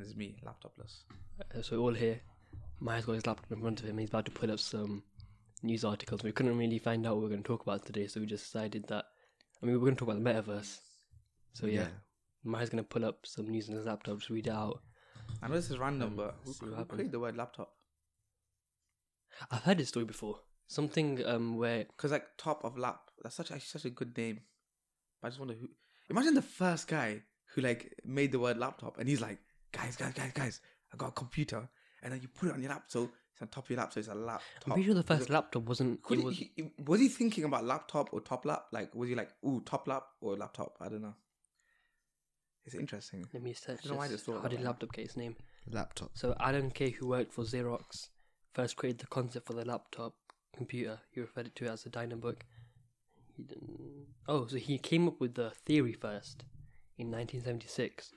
is me, laptopless. Uh, so we're all here. Maya's got his laptop in front of him. He's about to pull up some news articles. We couldn't really find out what we were going to talk about today, so we just decided that. I mean, we were going to talk about the metaverse. So yeah, Maya's going to pull up some news on his laptop, just read it out. I know this is random, Um, but who, let's see what who happens. created the word laptop? I've heard this story before. Something um where Because like top of lap, that's such actually such a good name. But I just wonder who. Imagine the first guy who like made the word laptop, and he's like, guys, guys, guys, guys, I got a computer, and then you put it on your lap, so it's on top of your lap, so it's a laptop. I'm pretty sure the Was first Oh, it- laptop wasn't. Could It he- was, he- was, he thinking about laptop or top lap? Like, was he like, ooh, top lap or laptop? I don't know. It's interesting. let me search. I don't know why this. this thought How about did that. laptop get its name? Laptop. So Alan Kay, who worked for Xerox, first created the concept for the laptop computer. He referred to it as the Dynabook. He didn't... Oh, so he came up with the theory first in 1976,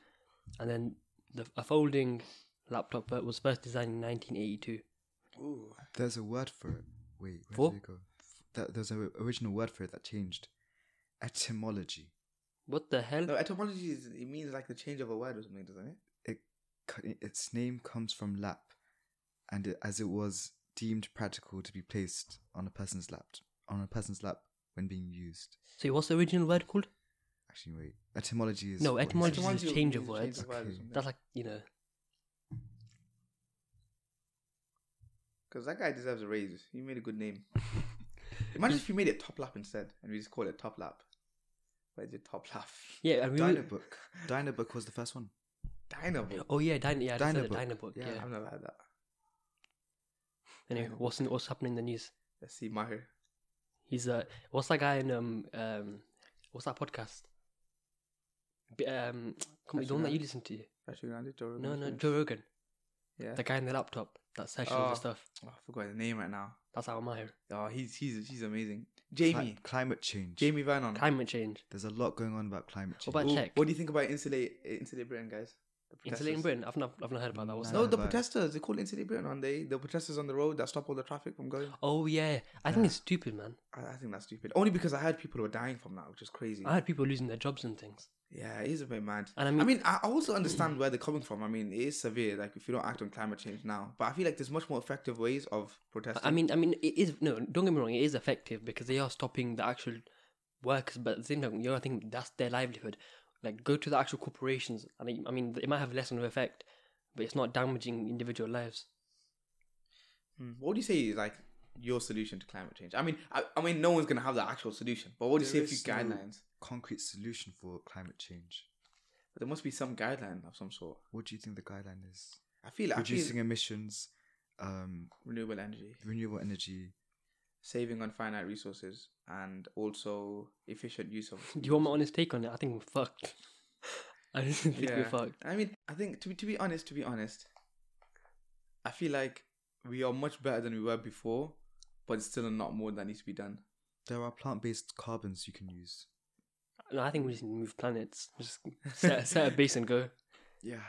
and then the, a folding laptop was first designed in 1982. Ooh. There's a word for it. Wait, where For? did it go? That, there's an original word for it that changed. Etymology. What the hell? No, etymology is, it means like the change of a word or something, doesn't it? Co- Its name comes from lap, and it, as it was deemed practical to be placed on a person's lap, on a person's lap when being used. So what's the original word called? Actually, wait. Etymology is No, what you etymology said. is- Etymology means change of a words. Change of word or Okay. That's like you know. Because that guy deserves a raise. He made a good name. Imagine if you made it top lap instead, and we just call it top lap. Where's your top lap? Yeah, and we. were- Dynabook. Dynabook was the first one. Dynamo. Oh yeah, Dyna, yeah, I just said it, Dynabook. Dynabook. Yeah. Yeah. I've never had that. Anyway, what's in, what's happening in the news? Let's see, Mahir. He's uh, what's that guy in um um, what's that podcast? B- um, come on, the one that you listen to? Actually, Grande, Joe Rogan No, no, Experience. Joe Rogan, Yeah. the guy in the laptop that searching for Oh. stuff. Oh, I forgot his name right now. That's our Maher. Oh, he's he's he's amazing. Cli- Jamie. climate change. Jamie Vernon. Climate change. There's a lot going on about climate change. about- Ooh, Tech. What do you think about insulate uh, insulate Britain, guys? The Insulating protesters. Britain. I've not, I've not heard about that. What's No, No. that? the Right. protesters. They call insulate Britain, aren't they? The protesters on the road that stop all the traffic from going. Oh yeah, I think it's stupid, man. I, I think that's stupid. Only because I heard people were dying from that, which is crazy. I had people losing their jobs and things. Yeah, it is a bit mad. And I I mean- mean, I I also understand where they're coming from. I mean, it is severe. Like if you don't act on climate change now, but I feel like there's much more effective ways of protesting. I mean, I mean, it is no. Don't get me wrong. It is effective because they are stopping the actual workers, but at the same time, you know, I think that's their livelihood. Like, go to the actual corporations. I mean, I mean, it might have less of an effect, but it's not damaging individual lives. Hmm. what would you say is like your solution to climate change? I mean, I, I mean, no one's gonna have the actual solution. But what do you say There a few is no guidelines? concrete solution for climate change. But there must be some guideline of some sort. What do you think the guideline is? I feel like Reducing emissions, um, renewable energy, renewable energy. saving on finite resources, and also efficient use of. Do you want my honest take on it? I think we're fucked. I just think we're Yeah. fucked. I mean, I think to be to be honest, to be honest, I feel like we are much better than we were before, but it's still not more that needs to be done. There are plant-based carbons you can use. No, I think we just need to move planets. Just set, set a base and go. Yeah.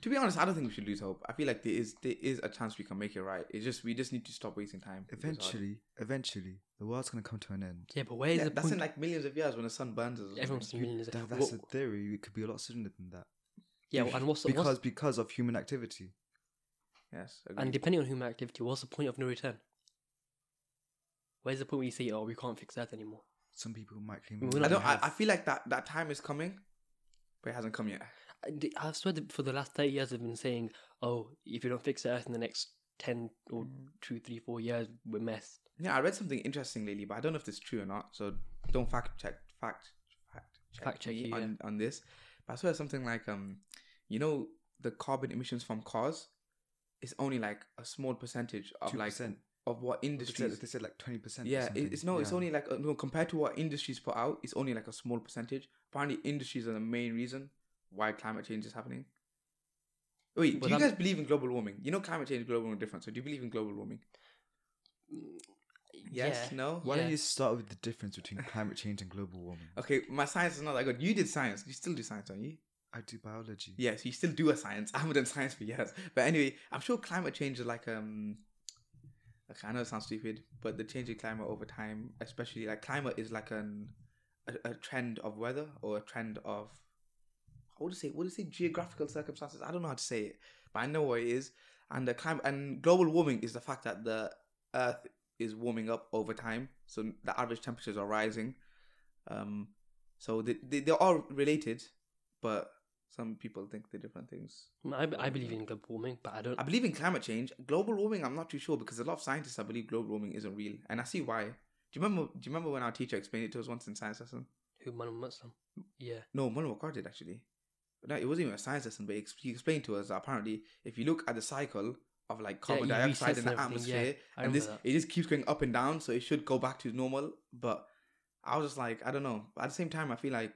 To be honest, I don't think we should lose hope. I feel like there is there is a chance we can make it right. It's just we just need to stop wasting time. It's hard. Eventually, eventually, the world's gonna come to an end. Yeah, but where is Yeah, the that's in point? like millions of years when the sun burns us. or Everyone's something. millions. That, What- that's a theory. It could be a lot sooner than that. yeah, and what's, the- because what's because of human activity. Yes, and agreed. depending on human activity, what's the point of no return? Where's the point where you say, "Oh, we can't fix that anymore"? Some people might claim. We're we not I don't. have- I, I feel like that that time is coming, but it hasn't come yet. I d- I swear that for the last 30 years, I've been saying, oh, if you don't fix the earth in the next 10 or Mm. two, three, four years, we're messed. Yeah, I read something interesting lately, but I don't know if it's true or not. So don't fact check fact fact check, Fact check me you, yeah. on, on this. But I saw something like um, you know, the carbon emissions from cars is only like a small percentage of like 2%. of what they said, industries. they said like twenty percent. Yeah, it- it's no, it's only like uh, no compared to what industries put out, it's only like a small percentage. Apparently, industries are the main reason why climate change is happening. Wait, Well, do you that- guys believe in global warming? You know, climate change, and global warming, are different. So, do you believe in global warming? Yes, Yeah. no. Why yeah. don't you start with the difference between climate change and global warming? Okay, my science is not that good. You did science. You still do science, don't you? I do biology. Yes, you still do a science. I haven't done science for years. But anyway, I'm sure climate change is like um okay, I know it sounds stupid, but the change in climate over time, especially like climate is like an a, a trend of weather or a trend of what what to say? What to say? Geographical circumstances. I don't know how to say it, but I know what it is. And the climate and global warming is the fact that the Earth is warming up over time, so the average temperatures are rising. Um, so they they, they are related, but some people think they're different things. I, I believe in global warming, but I don't. I believe in climate change. Global warming, I'm not too sure because a lot of scientists, I believe, global warming isn't real, and I see why. Do you remember? Do you remember when our teacher explained it to us once in science lesson? Who Manuel Muslim? Yeah. No, Mullen McCart did actually. No, it wasn't even a science lesson, but he ex- he explained to us that apparently, if you look at the cycle of like carbon you dioxide resets in and the everything, yeah. atmosphere, I and remember this that. it just keeps going up and down, so it should go back to normal. But I was just like, I don't know. At the same time, I feel like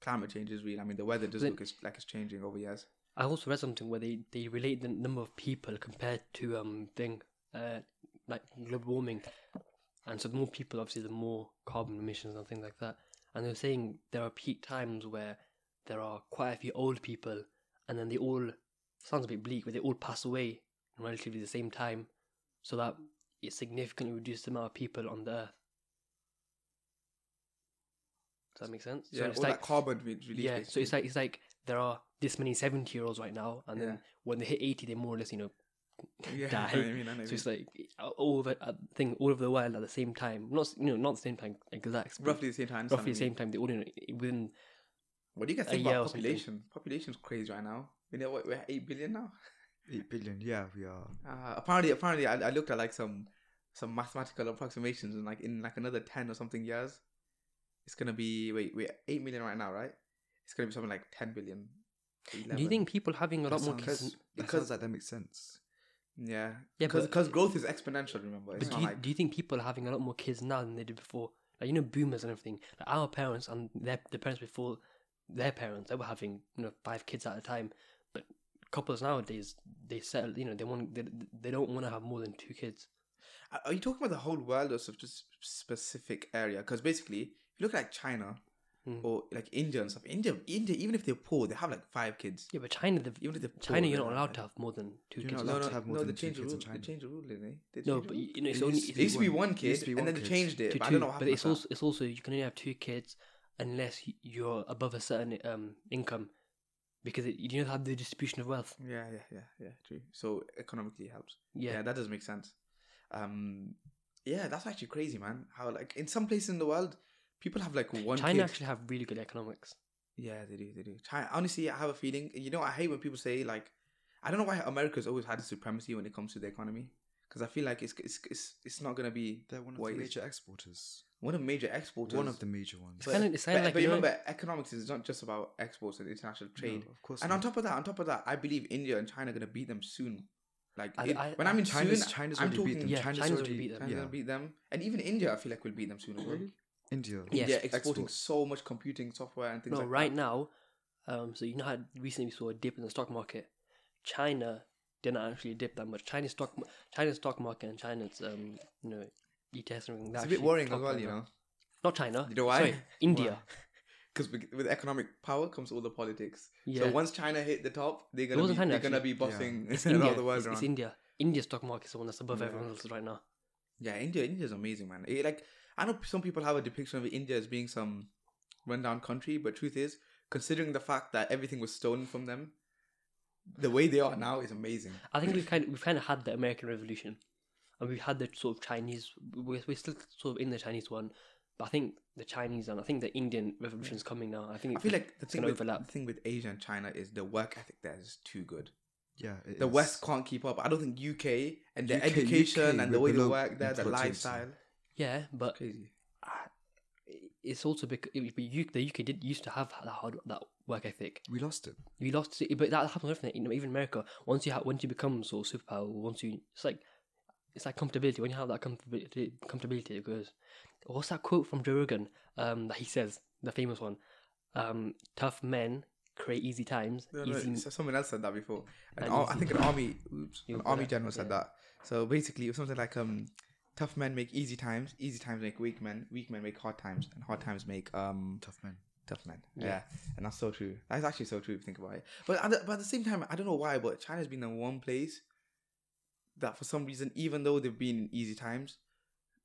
climate change is real. I mean, the weather does Then- look as, like it's changing over years. I also read something where they, they relate the number of people compared to um thing uh like global warming, and so the more people obviously the more carbon emissions and things like that. And they were saying there are peak times where there are quite a few old people, and then they all sounds a bit bleak, but they all pass away in relatively the same time, so that it significantly reduces the amount of people on the earth. Does that make sense? So Yeah, it's all like- that carbon re- release. yeah, so basically. it's like it's like there are this many seventy year olds right now, and Yeah. then when they hit eighty, they more or less you know yeah, die. I know what you mean, I know what you so it's mean. like uh, all over I think all over the world at the same time. Not s- you know not the same time exact, but roughly the same time. roughly the same time. They all you know, within What do you guys a think year about or something. population? Population's crazy right now. You know what? We're at eight billion now. Eight billion. Yeah, we are. Uh, apparently, apparently, I, I looked at like some some mathematical approximations, and like in like another ten or something years, it's gonna be wait we're eight million right now, right? It's gonna be something like ten billion. 11. do you think people having a lot That more sounds- kids? that because- sounds like that makes sense. Yeah, Yeah, because but- growth is exponential. Remember, it's But do not you, like do you think people are having a lot more kids now than they did before? Like you know, boomers and everything. Like our parents and their the parents before their parents, they were having you know five kids at a time. But couples nowadays, they settle. You know, they want they, they don't want to have more than two kids. Are- are you talking about the whole world or some just specific area? Because basically, if you look at like China Hmm. Mm. or like India and stuff, India, India, even if they're poor, they have like five kids. Yeah, but China, the, Even if they're China, poor, you're they're not not allowed bad. to have more than two You're kids. not No, allowed no, to have more no. They than two changed the kids rule. in They China. changed the rule, didn't they? They changed No, the but rule. you know, it's It only used to It used to be one- one it used kid, to be and one then they kid. changed it. to but I two, don't know what but happened. it's with that. also it's also you can only have two kids unless y- you're above a certain um income, because it, you don't have the distribution of wealth. yeah, yeah, yeah, yeah. True. So economically it helps. Yeah. Yeah, that does make sense. Um, yeah, that's actually crazy, man. How like in some places in the world, people have like one China kid. actually have really good economics. Yeah, they do, they do. China, honestly, I have a feeling. You know, I hate when people say like, I don't know why America's always had supremacy when it comes to the economy. Because I feel like it's it's it's, it's not gonna be They're one of Wait, the is- major exporters. one of the major exporters. One of the major ones. But- kinda- it's kinda but, like, but you you know- remember, economics is not just about exports and international trade. No, of course. and not. on top of that, on top of that, I believe India and China are gonna beat them soon. Like I- it- I- when I mean China's, soon, China's I'm already beat talking- them. Yeah, China's, China's already, already beat them. China's Yeah. gonna beat them, and even India. I feel like will beat them soon. Really? India. Yes. India exporting export. so much computing software and things No, like right that. now, um, so you know how recently we saw a dip in the stock market. China didn't actually dip that much. China's stock, ma- China's stock market and China's um, you know, ETS and everything. It's a bit worrying as well, you know, Not China. You know why? Sorry, India. because with economic power comes all the politics. Yeah. So once China hit the top, they're It gonna be, wasn't China, they're gonna actually. be bossing India. around the world. It's, it's around. India. India's stock market is the one that's above Yeah. everyone else's right now. yeah, India, India's amazing, man. It, like I know some people have a depiction of India as being some rundown country, but truth is, considering the fact that everything was stolen from them, the way they are now is amazing. I think we've kind of, we've kind of had the American Revolution, and we've had the sort of Chinese. We're, we're still sort of in the Chinese one, but I think the Chinese and I think the Indian Revolution is coming now. I think I feel like the it's thing gonna with the overlap. thing with Asia and China is the work ethic there is too good. Yeah. it the is. West can't keep up. I don't think UK and their UK education and the we're way they below work there, the productivity. lifestyle. yeah, but Crazy. it's also because you, the UK did used to have that hard that work ethic. We lost it. You lost, it, but that happens often. You know, even America, once you ha- once you become sort of superpower, once you it's like it's like comfortability. When you have that comfortability, comfortability, it goes. What's that quote from Joe Rogan um, that he says? The famous one: um, "Tough men create easy times." No, no, easy, so- someone else said that before. An And ar- easy. I think an army, oops, You'll an put army it, general said yeah. that. So basically, it was something like, um, "Tough men make easy times, easy times make weak men, weak men make hard times, and hard times make um Tough man. tough men." Yeah. Yeah, and that's so true. That's actually so true if you think about it. But at the, but at the same time, I don't know why, but China's been the one place that for some reason, even though they've been in easy times,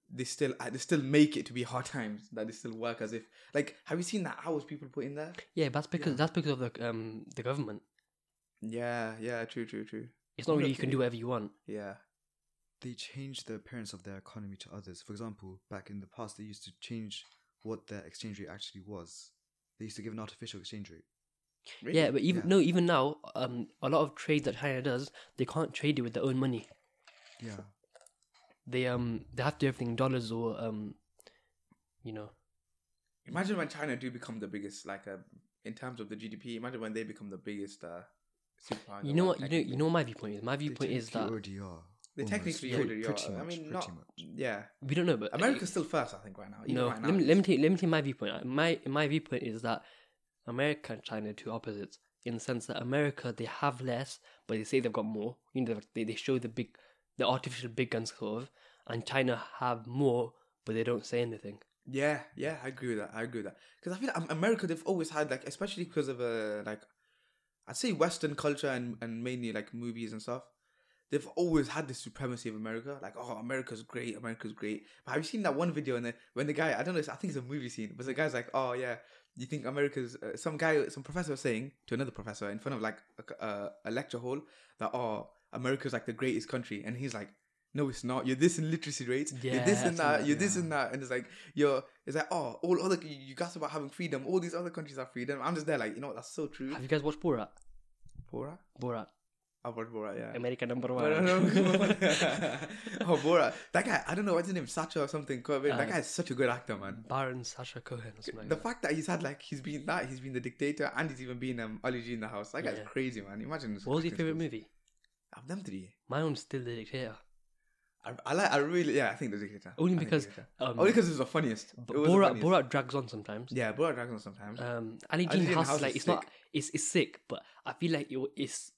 they still uh, they still make it to be hard times that they still work as if like have you seen the hours people put in there? Yeah, that's because that's because of the um the government. Yeah, yeah, true, true, true. It's not really you Look, can do whatever you want. Yeah, they change the appearance of their economy to others. For example, back in the past, they used to change what their exchange rate actually was. They used to give an artificial exchange rate. Really? Yeah, but even Yeah. no, even now, um, a lot of trades that China does, they can't trade it with their own money. Yeah, They um they have to do everything in dollars or um, you know, Imagine when China do become the biggest, like uh, in terms of the GDP. Imagine when they become the biggest uh, superpower. in the you know world, what you know you technically. know what my viewpoint is. My They viewpoint is technically that already are. They almost. technically Pretty- already pretty are. I much, mean, pretty not much. yeah. we don't know, but America's still first, I think, right now. Even no, right now let me it's- let me take let me take my viewpoint. Uh, My my viewpoint is that America and China are two opposites in the sense that America they have less, but they say they've got more. You know, they they show the big, the artificial big guns sort of, and China have more, but they don't say anything. Yeah, yeah, I agree with that. I agree with that because I feel like America they've always had like, especially because of uh, like, I'd say Western culture and and mainly like movies and stuff. They've always had the supremacy of America. Like, oh, America's great, America's great. But have you seen that one video and then when the guy, I don't know, it's- I think it's a movie scene, but the guy's like, oh yeah, you think America's uh, some guy, some professor was saying to another professor in front of like a, c- uh, a lecture hall that oh, America's like the greatest country, and he's like. No, it's not. You're this in literacy rates. you're Yeah, this I've seen and that. that, You're this yeah. and that. And it's like you're. It's like oh, all other you you guys about having freedom. All these other countries have freedom. I'm just there like you know what, that's so true. Have you guys watched Borat? Bora, Borat, I've watched Bora. Yeah. America number one. No, no, no. oh, Bora. That guy. I don't know what's his name. Sacha or something. Corbin. that Uh, guy is such a good actor, man. Baron Sasha Cohen or something. Like The that. fact that he's had like he's been that he's been the dictator and he's even been um Ali G in the house. That guy's Yeah. crazy, man. Imagine. his What was your acting favorite skills. movie? Of them three. My one's still The Dictator. I, I like. I really. Yeah, I think the dictator. Only I think The because, Dictator. um, only because it was the funniest. B- It was the Borat funniest. Borat drags on sometimes. Yeah, Borat drags on sometimes. Um, Ali Ali Jean G in the House, House is like is it's not, sick. it's it's sick, but I feel like it, it's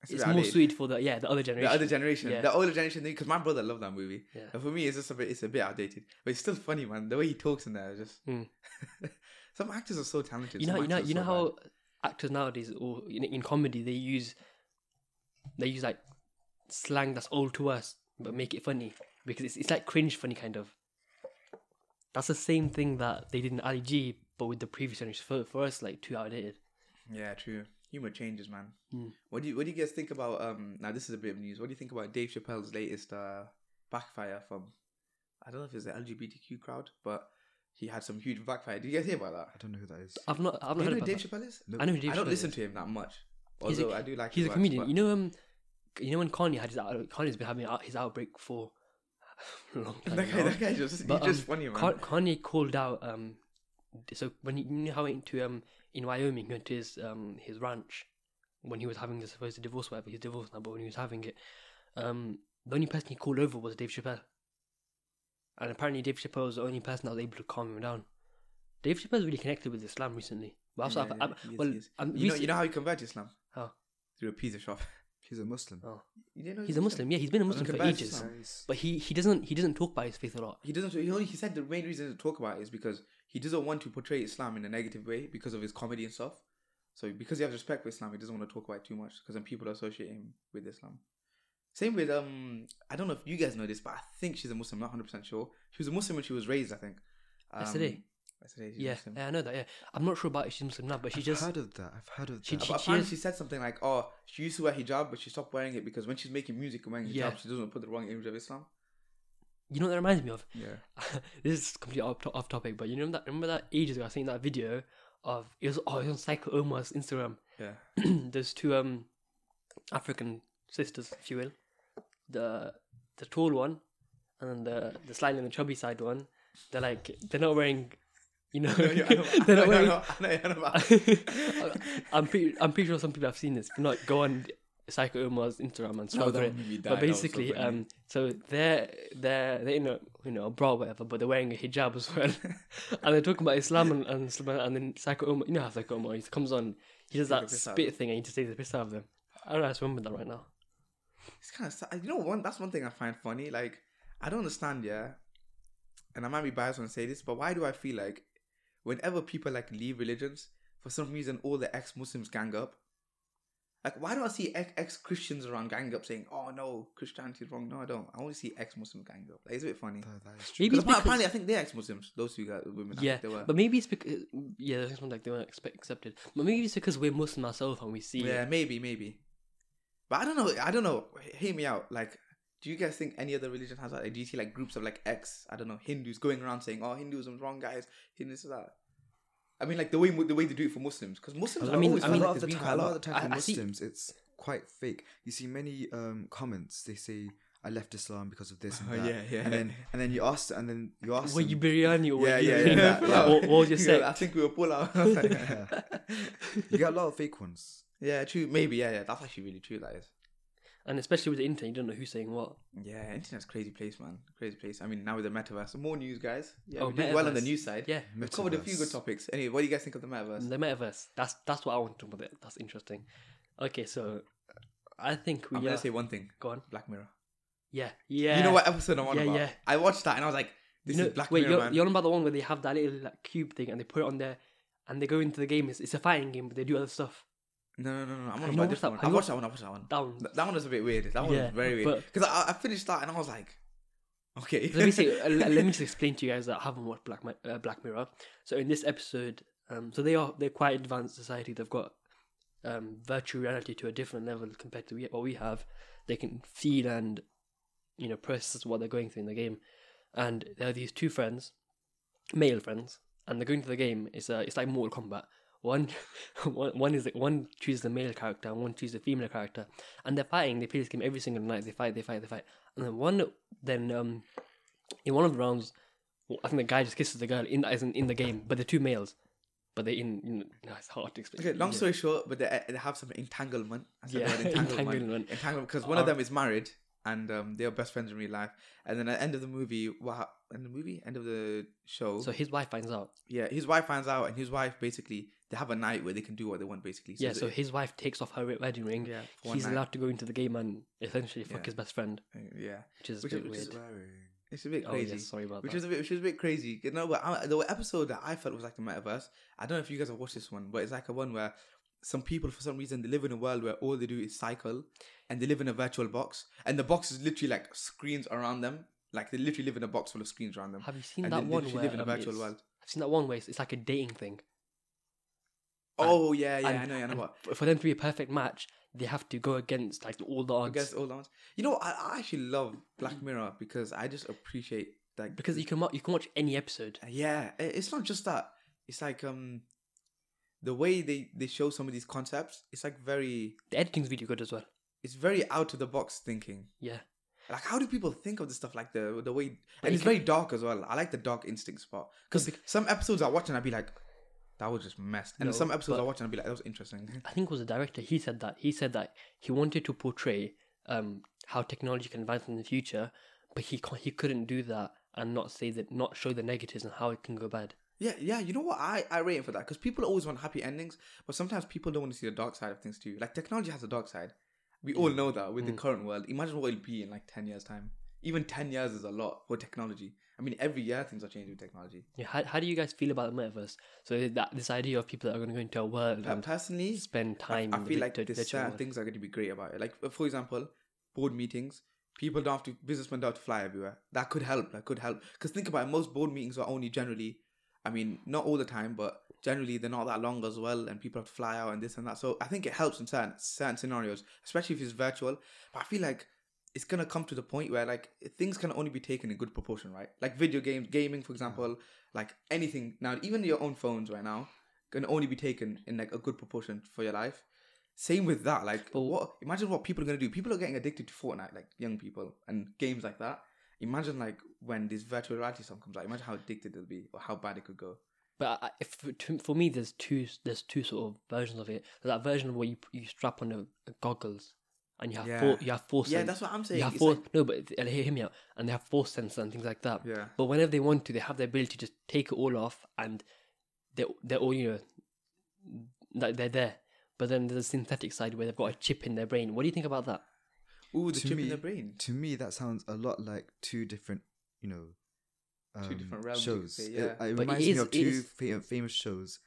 That's it's about more it. suited for the yeah the other generation. The other generation, Yeah. the older generation, because my brother loved that movie. Yeah. And for me, it's just a bit, it's a bit outdated, but it's still funny, man. The way he talks in there, is just Hmm. some actors are so talented. you know some you know actors you are know so how actors nowadays or in, in comedy they use they use like slang that's old to us but make it funny because it's it's like cringe funny kind of. That's the same thing that they did in Ali G, but with the previous generation for, for us like too outdated. bad. Yeah, true. Humor changes, man. Hmm. What do you What do you guys think about? Um, now this is a bit of news. What do you think about Dave Chappelle's latest uh, backfire from? I don't know if it's the LGBTQ crowd, but he had some huge backfire. Did you guys hear about that? I don't know who that is. I've not I've Do you not heard know who about Dave that. Chappelle is? No, I know who Dave I don't Chappelle listen is. to him that much. He's a- Although I do like He's his a works, comedian. but- You know, um, you know when Kanye had his out- Kanye's been having out- his outbreak for a long time. That guy, now. that guy just, But, he's just um, funny, man. Ka- Kanye called out. Um, so when he, you know how he went to um in Wyoming, he went to his um his ranch when he was having the supposed divorce, whatever he's divorced now, but when he was having it, um, the only person he called over was Dave Chappelle, and apparently Dave Chappelle was the only person that was able to calm him down. Dave Chappelle's really connected with Islam recently. Well, also, Yeah, I've, yeah, I'm- he is, well, he is. I'm You know, recent- you know how you convert to Islam? How? Through a pizza shop. He's a Muslim. Oh. You didn't know He's a Muslim. Yeah, he's been a Muslim Okay, for but- ages. But he, he doesn't he doesn't talk about his faith a lot. He doesn't. He, only, he said the main reason to talk about it is because he doesn't want to portray Islam in a negative way because of his comedy and stuff. So because he has respect for Islam, he doesn't want to talk about it too much because then people associate him with Islam. Same with um, I don't know if you guys know this, but I think she's a Muslim. Not hundred percent sure. She was a Muslim when she was raised, I think. Um, SLA. SLA, she's Yeah, Muslim. yeah, I know that. Yeah, I'm not sure about if she's Muslim now, but she I've just heard of that. I've heard of She- that. But apparently she said something like, "Oh, she used to wear hijab, but she stopped wearing it because when she's making music and wearing hijab, Yeah. she doesn't want to put the wrong image of Islam." you know what that reminds me of. Yeah. this is completely off, to- off topic, but you know that remember that ages ago I seen that video of it was oh it was on Psycho Omar's Instagram. Yeah. Those two um African sisters, if you will, the the tall one and then the the slightly on the chubby side one. They're like they're not wearing, you know, No, yeah, I know- I they're know- not I wearing know- I know- I know about- I'm pretty, I'm pretty sure some people have seen this. If not, go on Psycho Umar's Instagram and Oh, scroll that through it. would be But that- that was so basically, funny. um, so they're they're they're in a you know a bra or whatever, but they're wearing a hijab as well, and they're talking about Islam and and, Islam, and then Psycho Umar, you know how Psycho Umar he comes on, he does Take the that piss out of spit thing and he just takes the piss out of them. I don't know, I just remember that right now. it's kind of sad. You know, one that's one thing I find funny. Like, I don't understand, yeah. And I might be biased when I say this, but why do I feel like whenever people like leave religions, for some reason all the ex-Muslims gang up, Like, why do I see ex Christians around gang up saying, "Oh no, Christianity is wrong"? No, I don't. I only see ex Muslim gang up. Like, it's a bit funny. That, that is true. Maybe Because it's because, apparently, I think they're ex Muslims. Those two guys, women. I yeah, think they were. but maybe it's because yeah, that's one like they weren't expect, accepted. But maybe it's because we're Muslim ourselves and we see yeah, it. maybe, maybe. But I don't know. I don't know. H- Hear me out. Like, do you guys think any other religion has that? Like, do you see like groups of like ex, I don't know, Hindus going around saying, "Oh, Hinduism's wrong, guys. Hindus is that." I mean, like the way the way they do it for Muslims, because Muslims. I are mean- always I mean, a like lot of this the there's being been quite time, a a lot lot. of the time for I- I see- Muslims, it's quite fake. You see many um, comments. They say, "I left Islam because of this and Oh, that." yeah, yeah. And then and then you ask, and then you ask. Were them- you biryani or were Yeah, you- yeah, yeah, that- Like, that- what, what was your You sect? know, I think we were pull out. you get a lot of fake ones. yeah, true. Maybe. Yeah, yeah. That's actually really true. That is. and especially with the internet, you don't know who's saying what. Yeah, internet's a crazy place, man. Crazy place. I mean, now with the metaverse, more news, guys. Yeah, Oh, we did well on the metaverse. Mm, news side. Yeah, we covered a few good Metaverse. topics. Anyway, what do you guys think of the metaverse? the metaverse. That's that's what I want to talk about. That's interesting. Okay, so I think we I'm are. gonna say one thing: go on. Black Mirror. Yeah, yeah. You know what episode I'm on Yeah, about? yeah. I watched that and I was like, "This You know- is Black wait, Mirror, you're, man." you're on about the one where they have that little like, cube thing and they put it on there, and they go into the game. It's, it's a fighting game, but they do other stuff. No, no, no, no. I'm Have on you about watched this that- one. have I you watched that one. I watched that one. That one. Th- That one was a bit weird. That one Yeah, was very weird but- because I, I finished that and I was like, "Okay." let me say, uh, let me just explain to you guys that haven't watched Black Mi- uh, Black Mirror. So in this episode, um, so they are they're quite advanced society. They've got um, virtual reality to a different level compared to we, what we have. They can feel and you know process what they're going through in the game. And there are these two friends, male friends, and they're going to the game. It's uh, it's like Mortal Kombat. One, one one is like one chooses the male character, and one chooses the female character, and they're fighting. They play this game every single night. They fight, they fight, they fight, and then one then um in one of the rounds, well, I think the guy just kisses the girl in as in, in the game, but they're two males, but they in, in no, it's hard to explain. Okay, long Yeah. story short, but they, they have some entanglement. I said the Yeah, word entanglement. entanglement. Oh. Entanglement, because one of them is married and um, they are best friends in real life. And then at the end of the movie, what? hap- End of the movie, end of the show. So his wife finds out. yeah, his wife finds out, and his wife basically they have a night where they can do what they want. Basically, Yeah, so they- his wife takes off her re- wedding ring. Yeah, for one he's night. allowed to go into the game and essentially fuck Yeah. his best friend, yeah, which is a Which bit is- which weird. is Swearing. it's a bit oh crazy. yeah, sorry about which that. was a bit, which was a bit crazy. You know, but I, the episode that I felt was like the metaverse. I don't know if you guys have watched this one, but it's like a one where some people, for some reason, they live in a world where all they do is cycle, and they live in a virtual box, and the box is literally like screens around them. Like they literally live in a box full of screens around them. Have you seen and that they one literally where live in a um, virtual it's- world. I've seen that one where it's, it's like a dating thing. Oh yeah, yeah, I and- know, yeah, I know and what. f- For them to be a perfect match, they have to go against like all the I odds. guess all the ones. You know, I, I actually love Black Mirror because I just appreciate like because you can wa- you can watch any episode. yeah i- it's not just that it's like um the way they they show some of these concepts it's like very The editing's really good as well. it's very out of the box thinking Yeah. like how do people think of this stuff like the the way But and it it's can- very dark as well i like the dark instinct part because some episodes i watch and i'd be like that was just messed and No, some episodes i but- watch and i'd be like that was interesting I think it was the director. He said that he said that he wanted to portray um, how technology can advance in the future, but he can he couldn't do that and not say that not show the negatives and how it can go bad. yeah yeah you know what i i rate him for that because people always want happy endings but sometimes people don't want to see the dark side of things too like technology has a dark side we all know that with the current world imagine what it'll be in like 10 years time even 10 years is a lot for technology i mean every year things are changing with technology Yeah, how, how do you guys feel about the metaverse? So that this idea of people that are going to go into a world Per- and Um, personally spend I- time. I, in the feel vi- like uh, the there's virtual certain world. things are going to be great about it. Like uh, for example, board meetings. People don't have to businessmen don't have to fly everywhere. That could help. That could help. Because think about it, most board meetings are only generally, I mean, not all the time, but generally they're not that long as well, and people have to fly out and this and that. So I think it helps in certain certain scenarios, especially if it's virtual. But I feel like it's gonna come to the point where like things can only be taken in good proportion, right? Like video games, gaming, for example, like anything now, even your own phones right now can only be taken in like a good proportion for your life. Same with that, like But- what? Imagine what people are gonna do. People are getting addicted to Fortnite, like young people, and games like that. Imagine like when this virtual reality stuff comes out. Imagine how addicted it'll be, or how bad it could go. But I- I, if to, for me, there's two there's two sort of versions of it. That version where you you strap on the goggles and you have Yeah. four you have four yeah, sen- that's what I'm saying. you have It's four like- no, but th- hear hear me out. And they have force sensors and things like that. yeah, But whenever they want to, they have the ability to just take it all off, and they're they're all you know, like they're there. But then there's a synthetic side where they've got a chip in their brain. What do you think about that? ooh, the To chip me- in the brain. To me, that sounds a lot like two different, you know, um, different realms, you could shows. say, It- yeah. It, But it reminds is- me of it two is- fa- famous shows.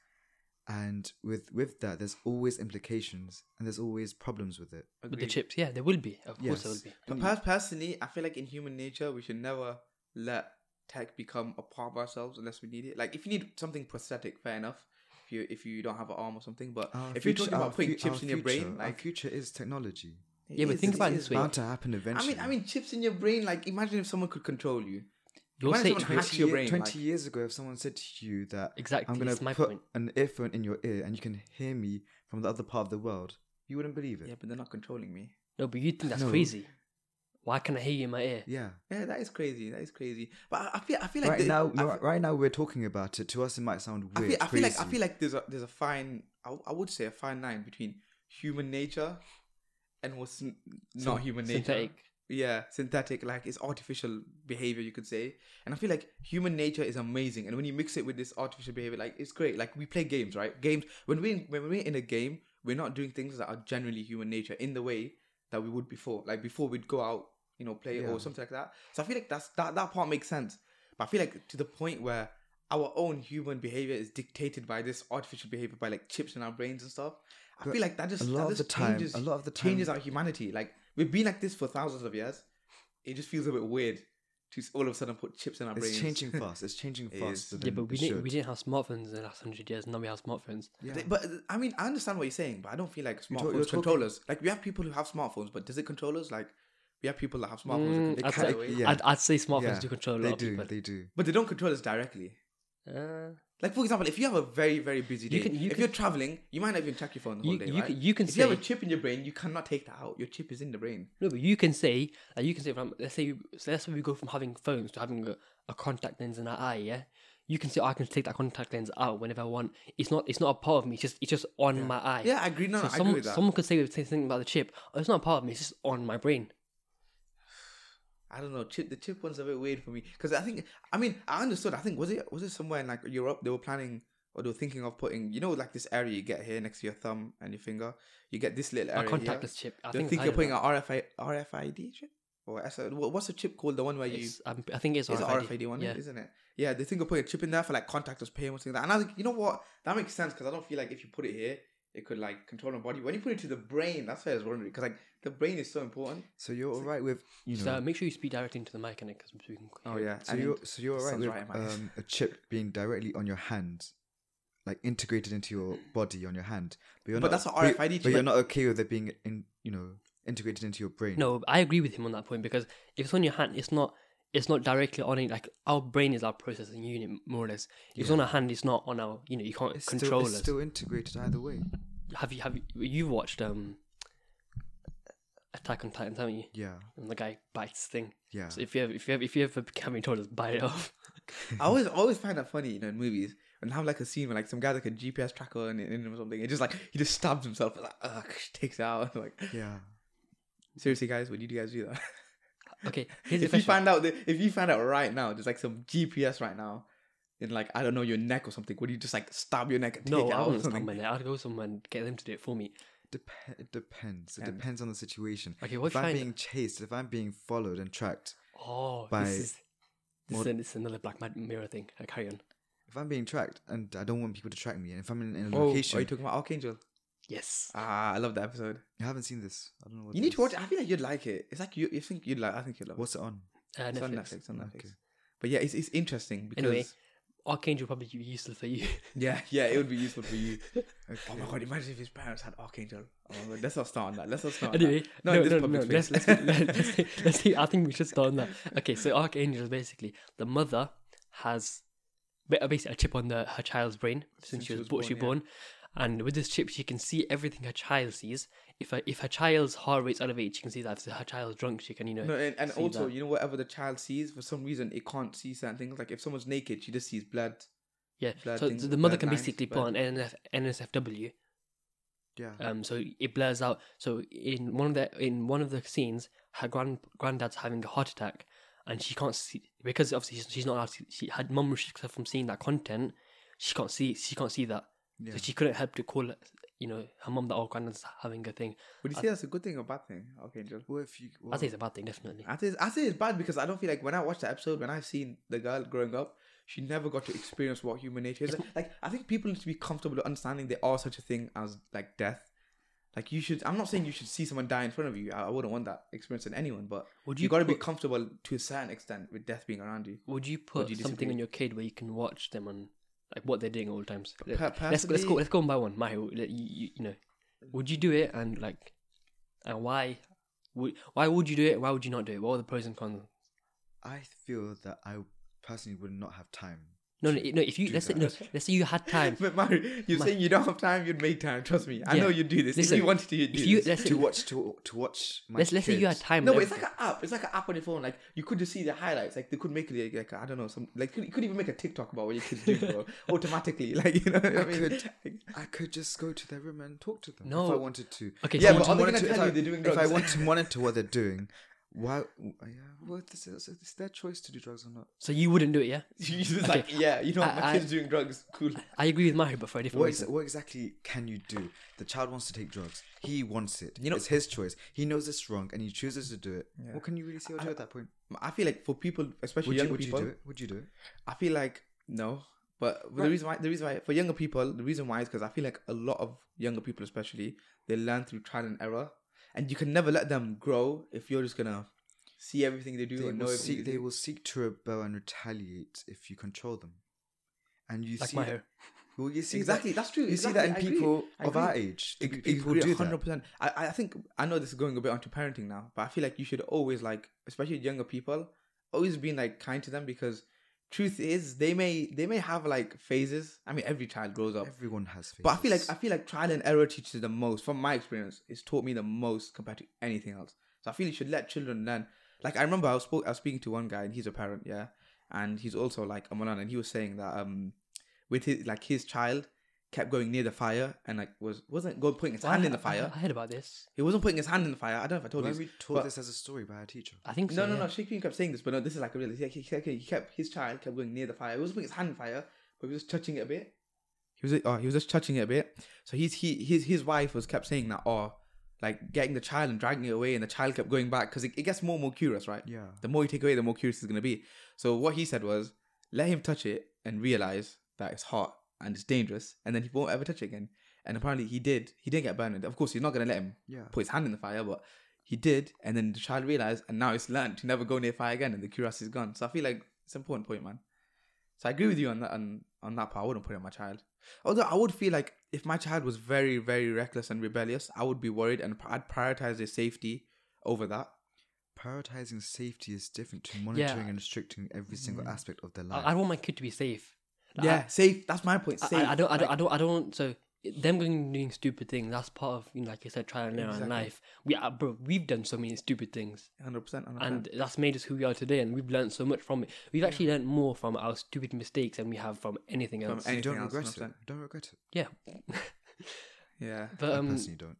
and with with that, there's always implications and there's always problems with it. with the Agreed. chips. Yeah, there will be. Of course, there will Yes. be. But pers- personally, I feel like in human nature, we should never let tech become a part of ourselves unless we need it. Like, if you need something prosthetic, fair enough. If you if you don't have an arm or something, but Our if you're future- talking about our putting fu- chips our in your brain, future- our like future is technology. it Yeah, but is- think it about it is this It's way. bound to happen I eventually. mean, I mean, chips in your brain. Like, imagine if someone could control you. You're Imagine saying someone hacks twenty. your Ye- brain, 20 like- years ago, if someone said to you that Exactly, I'm going it's to my put point. an earphone in your ear and you can hear me from the other part of the world, you wouldn't believe it. Yeah, but they're not controlling me. No, but you think that's No. crazy. Why can I hear you in my ear? Yeah. Yeah, that is crazy. That is crazy. But I, I feel I feel like right the- now, I, no, right now, we're talking about it. To us, it might sound I weird. feel, I feel like I crazy. feel like there's a there's a fine I, w- I would say a fine line between human nature and what's n- not human nature. Synthetic. Yeah, synthetic. Like it's artificial behavior, you could say. And I feel like human nature is amazing. And when you mix it with this artificial behavior, like it's great. Like we play games, right? Games. When we when we're in a game, we're not doing things that are generally human nature in the way that we would before. Like before, we'd go out, you know, play Yeah. or something like that. So I feel like that's that that part makes sense. But I feel like to the point where our own human behavior is dictated by this artificial behavior, by like chips in our brains and stuff. I But feel like that just a lot that of just the time- changes, a lot of the changes time- our humanity. Like we've been like this for thousands of years. It just feels a bit weird to s- all of a sudden put chips in our brains. it's changing fast. It's changing It is. faster. Yeah, than but we it didn't. should. We didn't have smartphones in the last hundred years. Now we have smartphones. Yeah. Th- But I mean, I understand what you're saying, but I don't feel like You're smartphones talk- you're talking- controllers. Like we have people who have smartphones, but does it control us? Like we have people that have smartphones, Mm, that can I'd, control say, our way. yeah. I'd, I'd say smartphones Yeah, do control a lot they of do. people. They do. but they don't control us directly. Uh, Like for example, if you have a very very busy day, You can- you if can- you're traveling, you might not even check your phone the whole you, day. you, right? can, you can if say you have a chip in your brain, you cannot take that out. Your chip is in the brain. no, but you can say like you can say from let's say so that's where we go from having phones to having a, a contact lens in our eye. Yeah, you can say "Oh, I can take that contact lens out whenever I want. It's not it's not a part of me. It's just it's just on my eye. Yeah, I agree. No, no, So I agree someone, with that. someone could say say something about the chip. Oh, it's not a part of me. It's just on my brain. I don't know. Chip, the chip one's a bit weird for me because I think I mean I understood. I think was it was it somewhere in like Europe they were planning or they were thinking of putting you know like this area you get here next to your thumb and your finger. You get this little A area. here. contactless chip. I They think, think, it's you're higher putting than an RFI RFID chip or S- what- what's the chip called? The one where that. you It's- I'm- I think it's It's an RFID. RFID one, Yeah. isn't it? Yeah, they think of putting a chip in there for like contactless payments and that. And I was like, you know what? That makes sense because I don't feel like if you put it here, it could like control my body. When you put it to the brain, that's where I was wondering because like the brain is so important. So you're all right with you know. So uh, make sure you speak directly into the mic and it because we can. Oh hear it. yeah. so you're so you're all right sounds with right in my head. um, a chip being directly on your hand, like integrated into your body on your hand. But you're But not. that's what but- RFID But chip- you're not okay with it being in you know integrated into your brain. No, I agree with him on that point because if it's on your hand, it's not. It's not directly on it. Like our brain is our processing unit, more or less. If It's on our hand. It's not on our. You know, you can't it's control still, it's us. still integrated either way. Have you have you, you watched um Attack on Titan? Haven't you? Yeah, And the guy bites thing. yeah. So if you ever, if you ever, if you ever can be told, us bite it off. I always always find that funny, you know, in movies and have like a scene where like some guy like a GPS tracker in, in him or something. It just like he just stabs himself, like ugh, takes it out. like yeah. seriously, guys, would you guys do that? Okay, here's the if you question. find out, that, if you find out right now, there's like some GPS right now. In like I don't know your neck or something. Would you just like stab your neck and take no, it I out? or wouldn't something? stand by that. I'd go somewhere and get them to do it for me. Dep- it depends. It And- depends on the situation. Okay, what if if I I'm find- being chased, if I'm being followed and tracked, Oh, By- this is this, Mod- is, an- this is another Black Mad- Mirror thing. Uh, carry on. if I'm being tracked, and I don't want people to track me, and if I'm in, in a Oh, are you location, talking about Archangel? Yes. Ah, I love that episode. I haven't seen this. I don't know. What You need this to watch. is. it. I feel like you'd like it. It's like you. You think you'd like. I think you'd love. it. What's it on? Uh, It's on Netflix. Netflix. On Netflix. Okay. But yeah, it's it's interesting because Anyway. Archangel probably be useful for you. yeah, yeah, it would be useful for you. Oh my Okay. god! Imagine if his parents had Archangel. Oh my god! Let's not start on that. Let's not start. on anyway, that. no, in no, this no, no, public Let's space. let's let's see, let's see. I think we should start on that. Okay, so Archangel is basically the mother has ba- uh, basically a chip on the her child's brain since, she was, bo- she born, and with this chip she can see everything her child sees. If her, if her child's heart rate's elevated, she can see that. If her child's drunk, she can you know. No, and, and see also, that. you know, whatever the child sees, for some reason, it can't see certain things. Like if someone's naked, she just sees blood. yeah, blur so things- the mother blur can lines, basically put blur- on NF, NSFW, Yeah. Um, so it blurs out. So in one of the in one of the scenes, her grand granddad's having a heart attack, and she can't see because obviously she's, she's not allowed. To, she had mum restricts her from seeing that content. She can't see. She can't see that. yeah. So she couldn't help to call, you know, her mum that oh granddad's having a thing. Would you say that's a good thing or bad thing, Archangel? Well, if you, I well, think it's a bad thing, definitely. I say, I say it's bad because I don't feel like when I watch the episode, when I've seen the girl growing up, She never got to experience what human nature is. Like, I think people need to be comfortable with understanding there are such a thing as like death. Like, you should. I'm not saying you should see someone die in front of you. I, I wouldn't want that experience in anyone. But Would you, you got to be put- comfortable to a certain extent with death being around you. Would you put you something disagree? on your kid where you can watch them on like what they're doing all the times? But Let- per- let's let's go personally- let's go and buy one. My, you, you, you know, would you do it and like, and why? Would why would you do it? Why would you not do it? What are the pros and cons? I feel that I personally would not have time. No, no, i- no. If you Do let's say, no, that. let's say you had time. But Mario, you're Ma- saying you don't have time. You'd make time. Trust me. I Yeah. know you'd do this. Listen, if you wanted to, you'd do if you this. let's say, To watch to to watch my let's, let's say you had kids- time. No, and but it's like everything. an app. It's like an app on your phone. Like you could just see the highlights. Like they could make like, like I don't know some like you could even make a TikTok about what your kids do bro, automatically. Like you know, what I I mean, could- Like, I could just go to their room and talk to them No. if I wanted to. Okay, If Yeah, I but want to are they gonna monitor- if tell you I- they're doing If I drugs? want to monitor what they're doing, why? Yeah, well, this is, it's their choice to do drugs or not. so you wouldn't do it, yeah? you just like yeah, you know, I- my I- kids doing drugs. Cool. I agree with Mario, but for a different What, is, reason. what exactly can you do? The child wants to take drugs. He wants it. You know- it's his choice. He knows it's wrong, and he chooses to do it. What can you really say or do at that point? I feel like for people, especially Would you, younger would you people, do it? Would you do it? I feel like no. But the reason why the reason why for younger people, the reason why is because I feel like a lot of younger people, especially, they learn through trial and error, and you can never let them grow if you're just gonna see everything they do They and know will, everything seek, do. they will seek to rebel and retaliate if you control them. And you Like see, that- Mario. well, you see Exactly, That, that's true, You see exactly, that I in agree, people I of our agree. age. Ag- people agree do hundred that. percent. I, I think I know this is going a bit onto parenting now, but I feel like you should always like, especially younger people, always being like kind to them because truth is they may they may have like phases. I mean, every child grows up, Everyone has. Faces. but I feel like I feel like trial and error teaches the most. From my experience, it's taught me the most compared to anything else. So I feel you should let children learn. Like I remember I was, spoke, I was speaking to one guy and he's a parent, yeah, and he's also like a Malan, and he was saying that um, with his like his child kept going near the fire and like was wasn't going putting his Well, I hand in he- the fire. I, I heard about this. He wasn't putting his hand in the fire. I don't know if I told Why you. we this, taught but- this as a story by our teacher? I think so. no, no, yeah. no. Shaky kept saying this, but no, this is like a real. He, he, he he kept his child kept going near the fire. He wasn't putting his hand in fire, but he was just touching it a bit. He was oh, he was just touching it a bit. So he's he his his wife was kept saying that oh, like getting the child and dragging it away, and the child kept going back because it, it gets more and more curious, right? Yeah. The more you take away, the more curious it's gonna be. So what he said was, let him touch it and realize that it's hot and it's dangerous, and then he won't ever touch it again. And apparently he did. He didn't get burned. Of course, he's not gonna let him Yeah. put his hand in the fire, but he did, and then the child realized, and now it's learned to never go near fire again, and the curiosity is gone. So I feel like it's an important point, man. So I agree with you on that on, on that part. I wouldn't put it on my child. Although I would feel like if my child was very, very reckless and rebellious, I would be worried and I'd prioritize their safety over that. Prioritizing safety is different to monitoring and restricting every single Mm. aspect of their life. I, I want my kid to be safe. Like, yeah, safe. That's my point. I, Safe. I, I don't. I don't. I don't. I don't. So them going and doing stupid things. That's part of you know, like you said, trial and error in Exactly. life. We, uh, bro, we've done so many stupid things, Hundred percent. and that's made us who we are today. And we've learned so much from it. We've actually learned more from our stupid mistakes than we have from anything From else. any- you don't anything else, regret it. 100%. Don't regret it. yeah, Yeah. but I um, personally don't.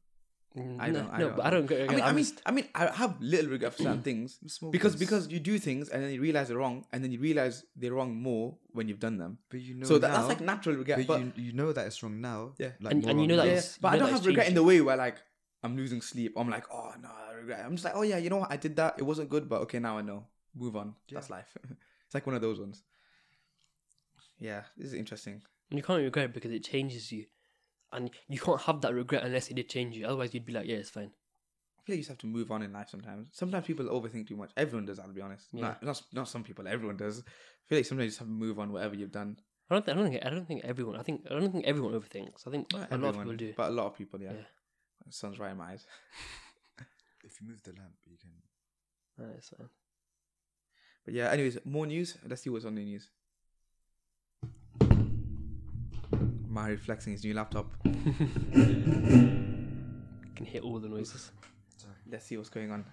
I no, don't- I no, don't- but I don't. go- I mean, I I'm mean, just- I mean, I have little regret for certain things Small because ones. because you do things and then you realize they're wrong, and then you realize they're wrong more when you've done them. But you know so that, now- that's like natural regret. But, but you, you know that it's wrong now. Yeah. Like And- more and you wrong know that now. yeah, it's- but I you know don't that have it's regret in the way where like I'm losing sleep. I'm like, oh no, I regret. I'm just like, oh yeah, you know what? I did that. It wasn't good, but okay, now I know. Move on. That's life. it's like one of those ones. Yeah, this is interesting. And you can't regret it because it changes you, and you can't have that regret unless it did change you. Otherwise, you'd be like, yeah, it's fine. I feel like you just have to move on in life sometimes. Sometimes people overthink too much. Everyone does, I'll be honest. Yeah. Not, not not some people. Everyone does. I feel like sometimes you just have to move on whatever you've done. I don't. Th- I don't think. I don't think everyone. I think. I don't think everyone overthinks. I think a lot of Everyone, people do. but a lot of people, yeah. Yeah. Sun's right in my eyes. If you move the lamp, you can. No, it's fine. But yeah, anyways, more news. Let's see what's on the news. Mario flexing his new laptop. can hear all the noises. Let's see what's going on.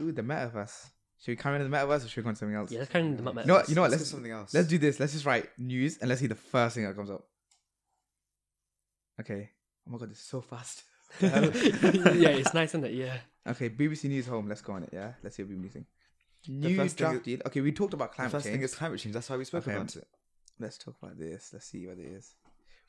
Ooh, the metaverse. Should we carry on in the metaverse or should we go on to something else? Yeah, that's kind of the map. You know what? You know what? Let's Let's do something else. Let's do this. Let's just write news and let's see the first thing that comes up. Okay. Oh my god, this is so fast. yeah, it's nice, isn't it? Yeah. Okay, BBC News Home. Let's go on it. Yeah, let's see what BBC. Thing. New first thing draft is- deal. Okay, we talked about The climate first change. thing is climate change. That's why we spoke Okay. about it. Let's talk about this. Let's see what it is.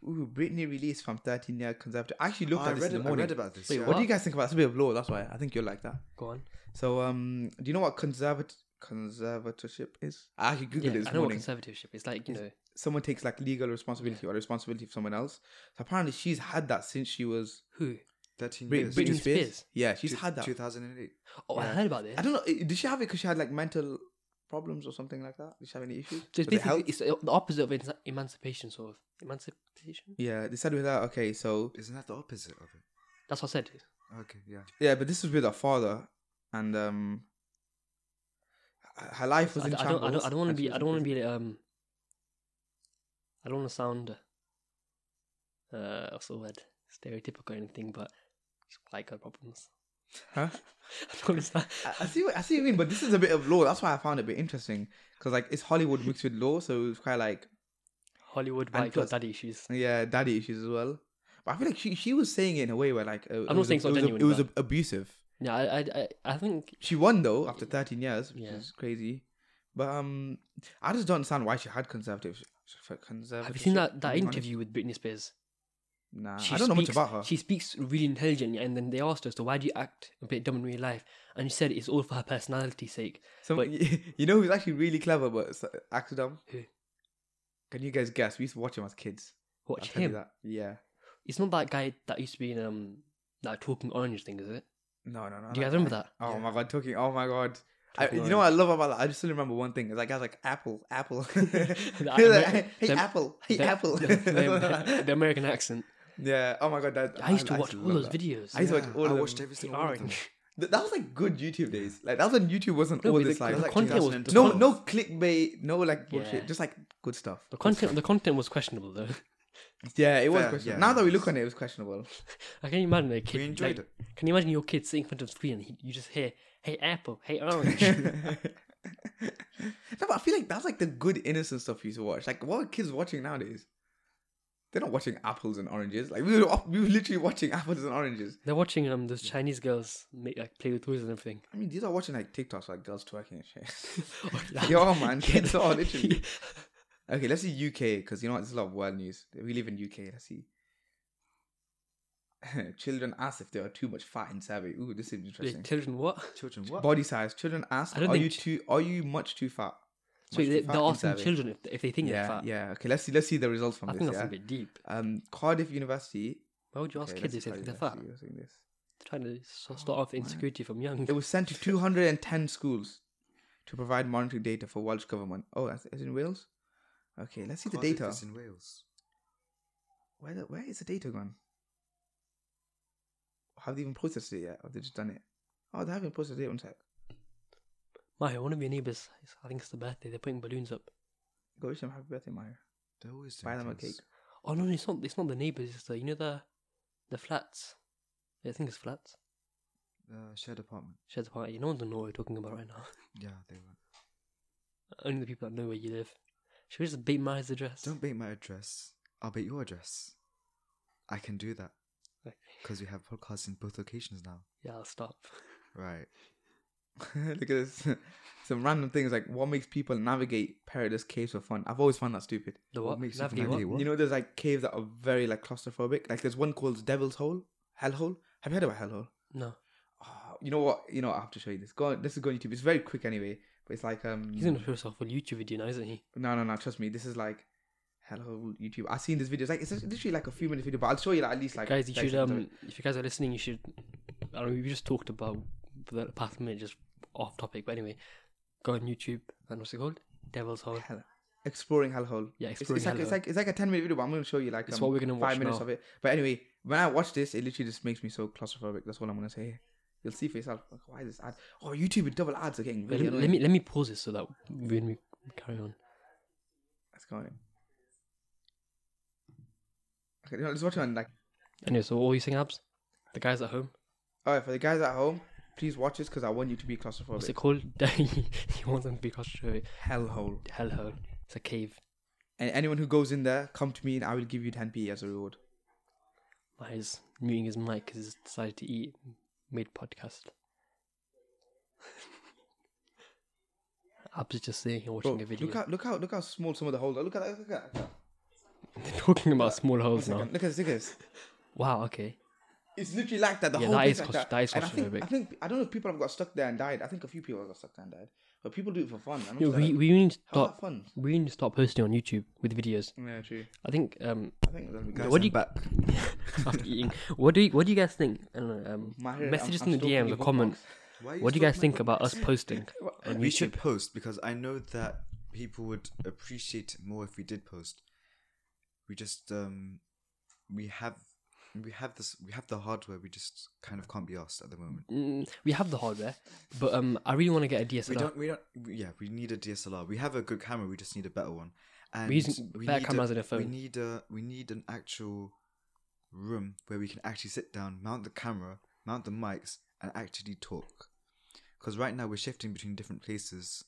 Ooh, Britney released from 13 year conservative. I actually looked I at this read, in it- the I morning. read about this. Wait, yeah. What do you guys think about? It's a bit of law. That's why I think you'll like that. Go on. So, um, do you know what conservative conservatorship is. I actually googled Yeah, it this I know what morning. conservatorship is like. You know, someone takes like legal responsibility or responsibility for someone else. So apparently she's had that since she was who? 13 Brit- years. Britney, Britney Spears. Spears. Yeah, she's Two- had that. 2008. Oh, I Yeah. heard about this. I don't know. i- Did she have it because she had like mental problems or something like that? Did she have any issues? So it's With her basically health? it's the the opposite of emanci- emancipation, sort of emancipation. yeah, they said with her. Okay, so Isn't that the opposite of it? That's what I said. Okay, yeah. yeah, but this was with her father, and um, h- her life was I, in I don't. I shambles don't. I don't want and to she be. was I in don't want to prison. be. Um. I don't want to sound. Uh, what's the word? Stereotypical or anything, but it's white girl problems. Huh? I don't want to sound. I- I see. What, I see what you mean, but this is a bit of law. That's why I found it a bit interesting because like it's Hollywood mixed with law, so it was quite like Hollywood white girl plus- daddy issues. Yeah, daddy issues as well. But I feel like she she was saying it in a way where like uh, it not was saying ab- so it was, ab- genuine, it was but- ab- abusive. Yeah, I, I, I, I think She won though after 13 years, which Yeah. is crazy. But um, I just don't understand why she had conservative conservative. Have you seen that, that interview with Britney Spears? Nah, She Uh, I don't know much speaks- about her. She speaks really intelligently, and then they asked her, "So why do you act a bit dumb in real life?" And she said, "It's all for her personality's sake." So but- you know who's actually really clever, but s- acts dumb. Who? Can you guys guess? We used to watch him as kids. I'll Watch tell you him. that. Yeah. It's not that guy that used to be in um that talking orange thing, is it? No, no, no. do you that guys remember guy. that? Oh my god, talking. Oh my god. I, Talking you know what I love about that? I just still remember one thing. It's like I was like Apple, Apple. Amer- hey them- Apple, hey The- Apple. the, the- the American accent. yeah. Oh my god, that I used to watch all love those that. videos. I used to watch Yeah, all I of watched them. every single one of them. orange. Th- That was like good YouTube days. Like that was when YouTube wasn't No, all but this the- like, the like content was 2012. no no clickbait, no like bullshit, Yeah. just like good stuff. The content, the content was questionable though. Yeah, it was Fair, questionable. yeah, now it that we was. look on it, it was questionable. I can imagine a kid. We enjoyed like, it. Can you imagine your kid sitting in front of the screen and he, you just hear, "Hey Apple, hey Orange." no, but I feel like that's like the good innocent stuff you used to watch. Like what are kids watching nowadays? They're not watching apples and oranges. Like we were we were literally watching apples and oranges. They're watching um those Chinese girls make like play with toys and everything. I mean, these are watching like TikToks, like girls twerking and shit. Oh, yeah. Yo, man, kids are literally. Yeah. Okay, let's see UK because you know what? There's a lot of world news. We live in UK. Let's see. Children ask if there are too much fat in survey. Ooh, this is Wait, interesting. children, what? Children, what? Body size. Children ask, I don't are think you ch- too? Are you much too fat? So Much they, too fat they're in asking survey. children if, if they think yeah, they're fat. yeah. Okay, let's see. Let's see the results from I this. think that's yeah. a bit deep. Um, Cardiff University. Why would you ask Okay, kids let's if they try think they're this, fat? see what's in this. They're trying to so- start off insecurity from young. It was sent to 210 schools to provide monitoring data for Welsh government. Oh, that's, it's in Wales. Okay, let's see the Cardiff data. is in Wales. Where the, where is the data gone? Have they even processed it yet? Or have they just done it? Oh, they haven't processed it. One sec. Mario, one of your neighbours, it's- I think it's the birthday, they're putting balloons up. Go wish them happy birthday, Maya. They're always doing Buy them a things. cake. Oh no, no, it's not. It's not the neighbours. It's the you know the, the flats. Yeah, I think it's flats. Uh, shared apartment. Shared the party. No one's gonna know what we're talking about right now. Yeah, they were. Only the people that know where you live. Should we just beat Mario's address? Don't bait my address. I'll bait your address. I can do that. Okay. Because we have podcasts in both locations now. Yeah, I'll stop. Right. Look at this. Some random things like what makes people navigate perilous caves for fun. I've always found that stupid. The What what? makes you Navigate navigate what? What? You know, there's like caves that are very like claustrophobic. Like there's one called Devil's Hole, Hell Hole. Have you heard about Hell Hole? No, Oh, you know what? You know, I have to show you this. Go on, this is go on YouTube. It's very quick anyway, but it's like um. he's gonna show us off a YouTube video now, isn't he? No, no, no. Trust me. This is like Hell Hole YouTube. I've seen this video. It's like it's literally like a few minutes video, but I'll show you like, at least like guys, you like, should um, if you guys are listening, you should. I don't know. We just talked about the past minute, just off topic, but anyway, go on YouTube and what's it called? Devil's Hole. Hell- um, exploring Hell Hole. Yeah, It's, exploring it's like Hell it's Hole. like it's like a ten minute video, but I'm gonna show you like It's um, what we're gonna five watch minutes now. of it. But anyway, when I watch this, it literally just makes me so claustrophobic. That's all I'm gonna say. You'll see for yourself. Like, why is this ad? Oh, YouTube with double ads are getting Wait, really let, me- let annoying. me let me pause this so that when we carry on. Let's go. on. Okay, no, let's watch it on like. Anyway, so all you saying, abs? The guys at home. All right, for the guys at home, please watch this because I want you to be claustrophobic. What's it called? he wants them to be claustrophobic. Hellhole. Hellhole. It's a cave. And anyone who goes in there, come to me and I will give you 10p as a reward. He's muting his mic because he's decided to eat mid podcast. Abs is just sitting here watching Bro, a video. Look how look how look how small some of the holes are. Look at that. Look at that. They're talking about small One holes second. now. Look at this. Look at this. Wow. Okay. It's literally like that. The Yeah, whole that place is like claustro- that. that is and I think, claustrophobic. I think I don't know if people have got stuck there and died. I think a few people have got stuck there and died. But people do it for fun. I'm Yo, just we, like, we need to how's that stop. fun? We need to stop posting on YouTube with videos. Yeah, true. I think um I think that'd be Guys, good. what I'm do you- back. after eating, what do you, what do you guys think? I don't know. Um, My head- message us I'm- in I'm the still DMs or feeling comment. Why What do you still guys my think book? about us posting on We should YouTube? post because I know that people would appreciate it more if we did post. We just um, we have we have this we have the hardware. We just kind of can't be asked at the moment. Mm, we have the hardware, but um, I really want to get a We DSLR. don't. We don't. we- Yeah, we need a DSLR. We have a good camera. We just need a better one. And using better need cameras than a We phone. need a. We need an actual room where we can actually sit down, mount the camera, mount the mics, and actually talk. Because right now we're shifting between different places,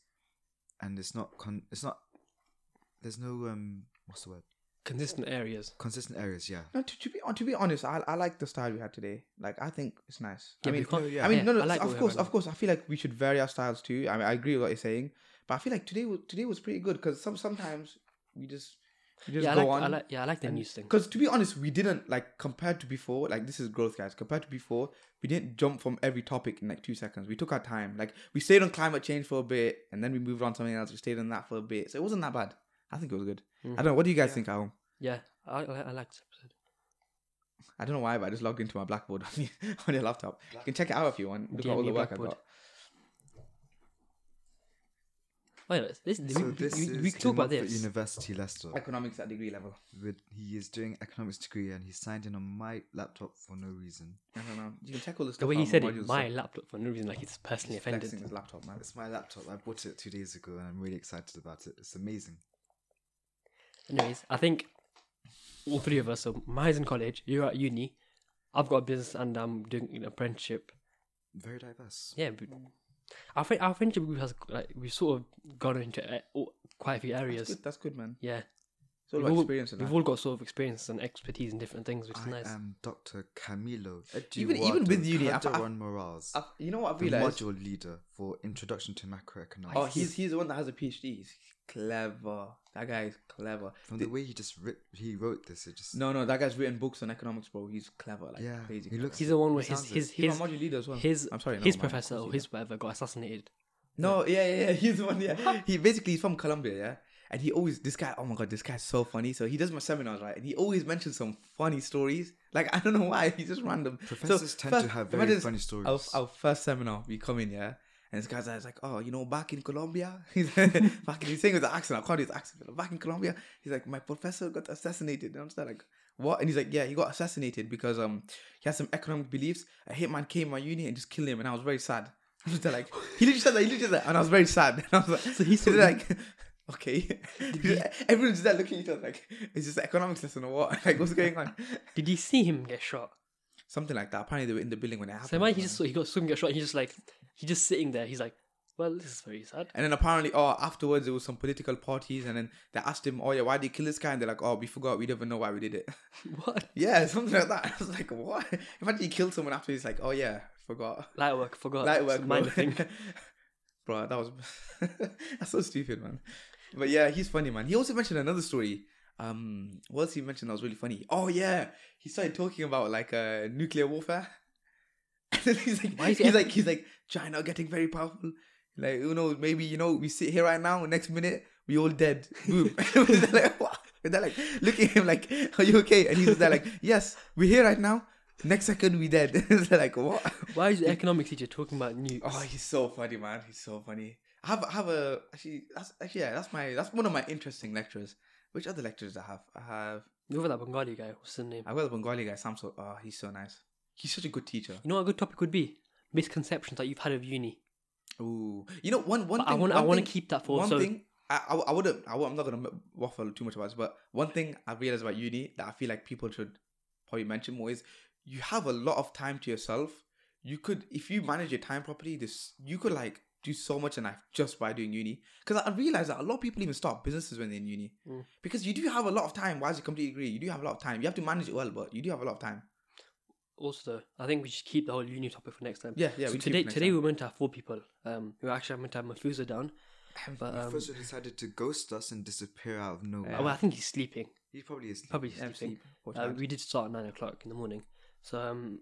and it's not. Con- it's not. There's no um. What's the word? Consistent areas. Consistent areas. Yeah. No, to, to be uh, to be honest, I I like the style we had today. Like I think it's nice. Yeah, I mean, we can't- no, yeah. I mean, no, no, I like what of we have course, right of course. I feel like we should vary our styles too. I mean, I agree with what you're saying, but I feel like today was today was pretty good because some sometimes we just we just Yeah, I go like, I on. like. Yeah, I like the news thing. Because to be honest, we didn't like compared to before. Like this is growth, guys. Compared to before, we didn't jump from every topic in like two seconds. We took our time. Like we stayed on climate change for a bit, and then we moved on to something else. We stayed on that for a bit, so it wasn't that bad. I think it was good. Mm. I don't know. What do you guys think at home? Yeah, I, I, I like this episode. I don't know why, but I just logged into my Blackboard on your, on your laptop. You can check it out if you want. Look Yeah, at all the me work Blackboard. I've got. Oh, yeah, this, this, So we, this we, is we can talk about Democrat this. University Leicester. Economics at degree level. With, he is doing economics degree and he signed in on my laptop for no reason. I don't know. You can check all the stuff. the way he out, said um, modules, it, my so- laptop for no reason, like it's personally he's offended. flexing his laptop, man. It's my laptop. I bought it two days ago, and I'm really excited about it. It's amazing. Anyways, I think all three of us. So mine's in college. You're at uni. I've got a business and I'm doing an apprenticeship. Very diverse. Yeah, but our friend, our friendship group has like we've sort of gone into uh, all- quite a few That's areas. good, that's good, man. Yeah, It's all we've about all, experience and we've that. all got sort of experience and expertise in different things, which is I nice. am Dr. Camilo. Even- even with uni, I've- Calderon Morales, I've- you know what I've the realized? module leader for Introduction to Macroeconomics. Oh, he's he's the one that has a PhD. He's clever. That guy is clever. from the way he just writ, he wrote this. It just No, no, that guy's written books on economics, bro. He's clever, like Yeah, crazy. he clever. looks- He's the one where It his sounds his He's his our module leader as well. his I'm sorry, no, his mine, of professor course or he his whatever got assassinated. No, yeah, yeah, yeah. He's the one. Yeah, he basically he's from Colombia, yeah. And he always this guy. Oh my god, this guy's so funny. So he does my seminars, right? And he always mentions some funny stories. Like I don't know why. He's just random. Professors tend to have very imagine this- funny stories. Our, our first seminar, we come in, yeah. And this guy's like, oh, you know, back in Colombia, he's back in, he's saying with the accent, I can't do his accent. but Back in Colombia, he's like, my professor got assassinated. And I'm just like, what? And he's like, yeah, he got assassinated because um he had some economic beliefs. A hitman came in my uni and just killed him, and I was very sad. I'm just like, he literally said that, he literally said that, and I was very sad. And I was like, so he's like, okay, everyone's just there looking at each other like, is this an economics lesson or what? Like, what's going on? Did he see him get shot? Something like that. Apparently, they were in the building when it happened. So imagine he just saw, he got someone get shot. He's just like he's just sitting there. He's like, well, this is very sad. And then apparently, oh, afterwards there was some political parties, and then they asked him, oh yeah, why did you kill this guy? And they're like, oh, we forgot, we don't even know why we did it. What? yeah, something like that. I was like, what? Imagine you kill someone after he's like, oh yeah, forgot. Light work, forgot. Light It's work, a bro. minor thing. bro, that was that's so stupid, man. But yeah, he's funny, man. He also mentioned another story. Um, what else he mentioned that was really funny? Oh yeah, he started talking about like uh, nuclear warfare. And then he's like, Why is he's he- like, he's like, China getting very powerful. Like, who knows? Maybe you know, we sit here right now. Next minute, we all dead. Boom. they're like, what? And they're like, looking at him like, are you okay? And he's there like, yes, we're here right now. Next second, we dead. they're like, what? Why is the economics teacher talking about nukes? Oh, he's so funny, man. He's so funny. I have I have a actually that's actually yeah, that's my that's one of my interesting lecturers. Which other lecturers I have? I have You remember that Bengali guy? What's his name? I've got a Bengali guy, Samso. Oh, he's so nice. He's such a good teacher. You know what a good topic would be? Misconceptions that you've had of uni. Ooh, you know one one But I thing. wanna- I one wanna thing- keep that for- one so- thing. I, I, I wouldn't I, am not gonna m- waffle too much about this, but one thing I realized about uni that I feel like people should probably mention more is you have a lot of time to yourself. You could if you manage your time properly, this you could like do so much in life just by doing uni. Because I, I realized that a lot of people even start businesses when they're in uni Mm. because you do have a lot of time. Why is it completely agree? You do have a lot of time. You have to manage it well, but you do have a lot of time. Also, though, I think we should keep the whole uni topic for next time. Yeah, yeah. So we keep today, it next today time. we were meant to have four people. Um, we were actually meant to have Mafusa down, but um, Professor decided to ghost us and disappear out of nowhere. oh, well, I think he's sleeping. He probably is. Probably Yeah, sleeping. sleep. Watch Uh, out. we did start at nine o'clock in the morning, so um,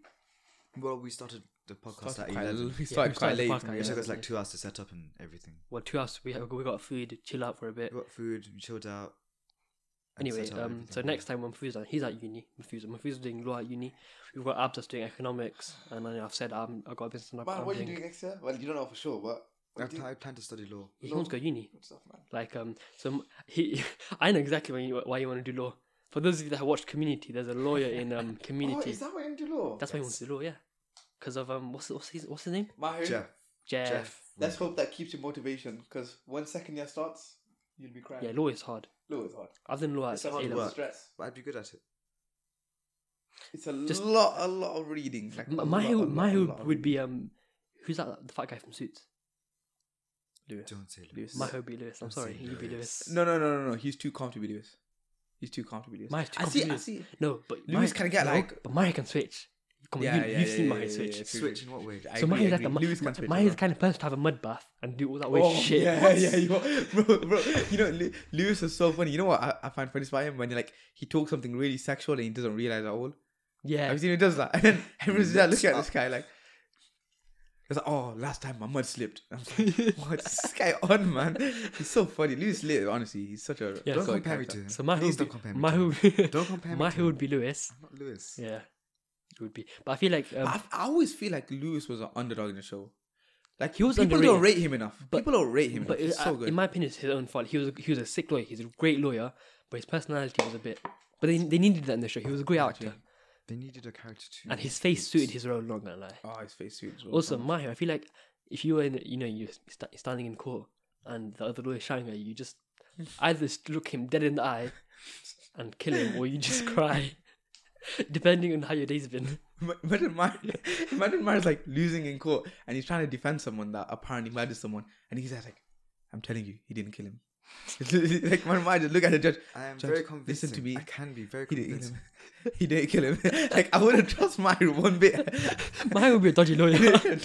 Well, we started the podcast Started at quite, eleven. we started started quite late. the podcast and we at It just- took us 11, like two hours to set up and everything. Well, two hours. We have, we got food, chill out for a bit. We got food, we chilled out. and Anyway, set up um, so everything. next time when Fu's done, he's at uni. Mufuza, Mufuza's doing law at uni. We've got Abs that's doing economics, and then I've said um, I've got a business. and I'm, Man, I'm what are you doing- doing next year? Well, you don't know for sure, but I, what do you- pl- I plan to study law. He wants to go uni. good stuff, man. Like um, so he, I know exactly why you, why you want to do law. For those of you that have watched Community, there's a lawyer in um Oh, Community. is that what you do law? That's why he wants to do law, yeah. Because of um, what's what's his what's his name? Mahu, Jeff, Jeff. Jeff, let's hope that keeps your motivation because when second year starts, you'll be crying. Yeah, law is hard. law is hard. I've done law at It's a hard A A-level. work. levels. stress. But I'd be good at it. It's a Just- just lot, a lot of reading. Like a My lot, a lot, my a lot of would be um, who's that the fat guy from Suits? Lewis. Don't say Lewis. My would be Lewis. I'm Don't sorry, say you be Lewis. Lewis. No, no, no, no, no. He's too calm to be Lewis. He's too calm to be Lewis. Maya's too I calm to see. I be Lewis. see. No, but Lewis Maya- can get, no, like- but Maya can switch. Come on, Yeah, you, yeah, you've yeah, seen yeah, Maya yeah, switch. yeah, true, Switch true. in what way? I So agree, Maya's I like the agree. Lewis can switch Maya's as the kind of person to have a mud bath and do all that well. weird Oh, shit. Yeah, yeah, you are. bro, bro. You know, Lew- Lewis is so funny. You know what I, I find funny about him when he like he talks something really sexual and he doesn't realize at all. Yeah. I've seen he does that, and then everyone's just looking at Nuts this guy like. It's like, oh, last time my mud slipped. I'm like, what? this guy on, man. He's so funny. Lewis lit, honestly. He's such a. Yeah, Don't solid compare me to character. him. So Mahu would Please be, don't compare me. to him. Mahu, Don't compare me. to Mahu him. would be Lewis. I'm not Lewis. Yeah, it would be. But I feel like um, I, I always feel like Lewis was an underdog in the show. Like He he was was people don't underrated, rate him enough. but- people don't rate him. but But he's it- so I- good. in my opinion, it's his own fault. He was a, he was a sick lawyer. He's a great lawyer, but his personality was a bit. But they, they needed that in the show. He was a great actor, They needed a character too. and his face suited his role. Not gonna lie. oh, his face suit. as well. Also, Mahu, I feel like if you were in, you know, you're sta standing in court and the other lawyer shouting at you, you just either just look him dead in the eye and kill him, or you just cry, depending on how your day's been. Ima- Imagine Mar- imagine Mar's like losing in court and he's trying to defend someone that apparently murdered someone and he's just like, I'm telling you, he didn't kill him. like my mind just look at the judge. I am Judge, very convinced. Listen to me. I can be very He didn't kill convincing. him. he didn't kill him. like I wouldn't trust Mario one bit. Mahu would be a dodgy lawyer. one,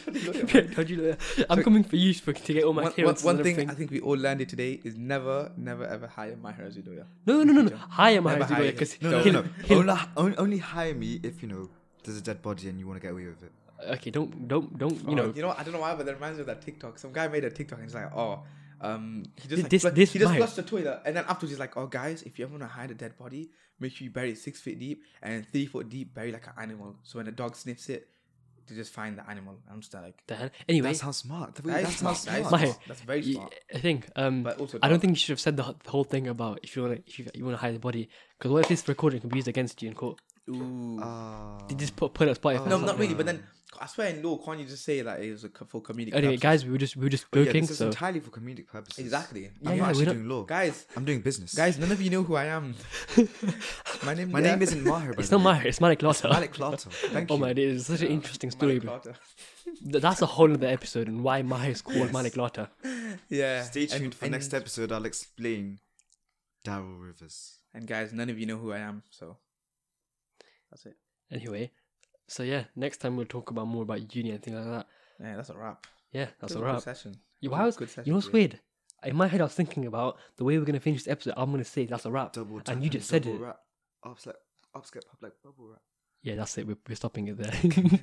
Yeah, don't you know? I'm coming for you for, to get all Oh my one- clearances one and thing I everything. think we all learned it today is never, never ever hire Mario as a lawyer. No, no, no, no. Hire my Never husband hire because him. No, he'll, no, no. he'll- Only, on- only hire me if you know there's a dead body and you want to get away with it. okay, don't, don't, don't. You Oh, know, you know, what? I don't know why, but that reminds me of that TikTok. Some guy made a TikTok and he's like, oh, um, he just like, This- flu- this he just vibe. flushed the toilet, and then afterwards he's like, oh, guys, if you ever want to hide a dead body, make sure you bury it six feet deep and three foot deep, bury like an animal. So when a dog sniffs it, they just find the animal. I'm just like, the hell. Anyway, That sounds smart. That- that that is sounds smart. That is smart. Mahi, smart. That's very you- smart. I think. Um, But also I don't dark. think you should have said the, wh- the whole thing about if you want to, if you, you want to hide the body, because what if this recording can be used against you in court? Ooh. Ah. They just put put it on Spotify. no, or not something. really. But then I swear in law, can't you just say that it was a co- for comedic? Anyway, purposes? guys, we were just we were just But yeah, joking. this is so entirely for comedic purposes. exactly. I'm Yeah, not we actually don't- doing law. Guys, I'm doing business. guys, none of you know who I am. My name. my yeah. name isn't Maher. by it's the not way. Maher, it's Malik Lotta. Malik Larter. Thank oh you. my days, it's such an interesting story. Malik bro. Carter. Th- That's a whole other episode and why Maher is called Malik Lotta. Yeah. Stay tuned and, for and, next episode. I'll explain Daryl Rivers. And guys, none of you know who I am, so that's it. Anyway, so yeah, next time we'll talk about more about uni and things like that. Yeah, that's a wrap. Yeah, that's It was all a right. Good session. You, It why was, a good you know what's today. weird? In my head, I was thinking about the way we're going to finish this episode. I'm going to say that's a wrap. Double tap and you just said double it. Rap. Ups like ups get pop like bubble wrap. Yeah, that's it. We're, we're stopping it there.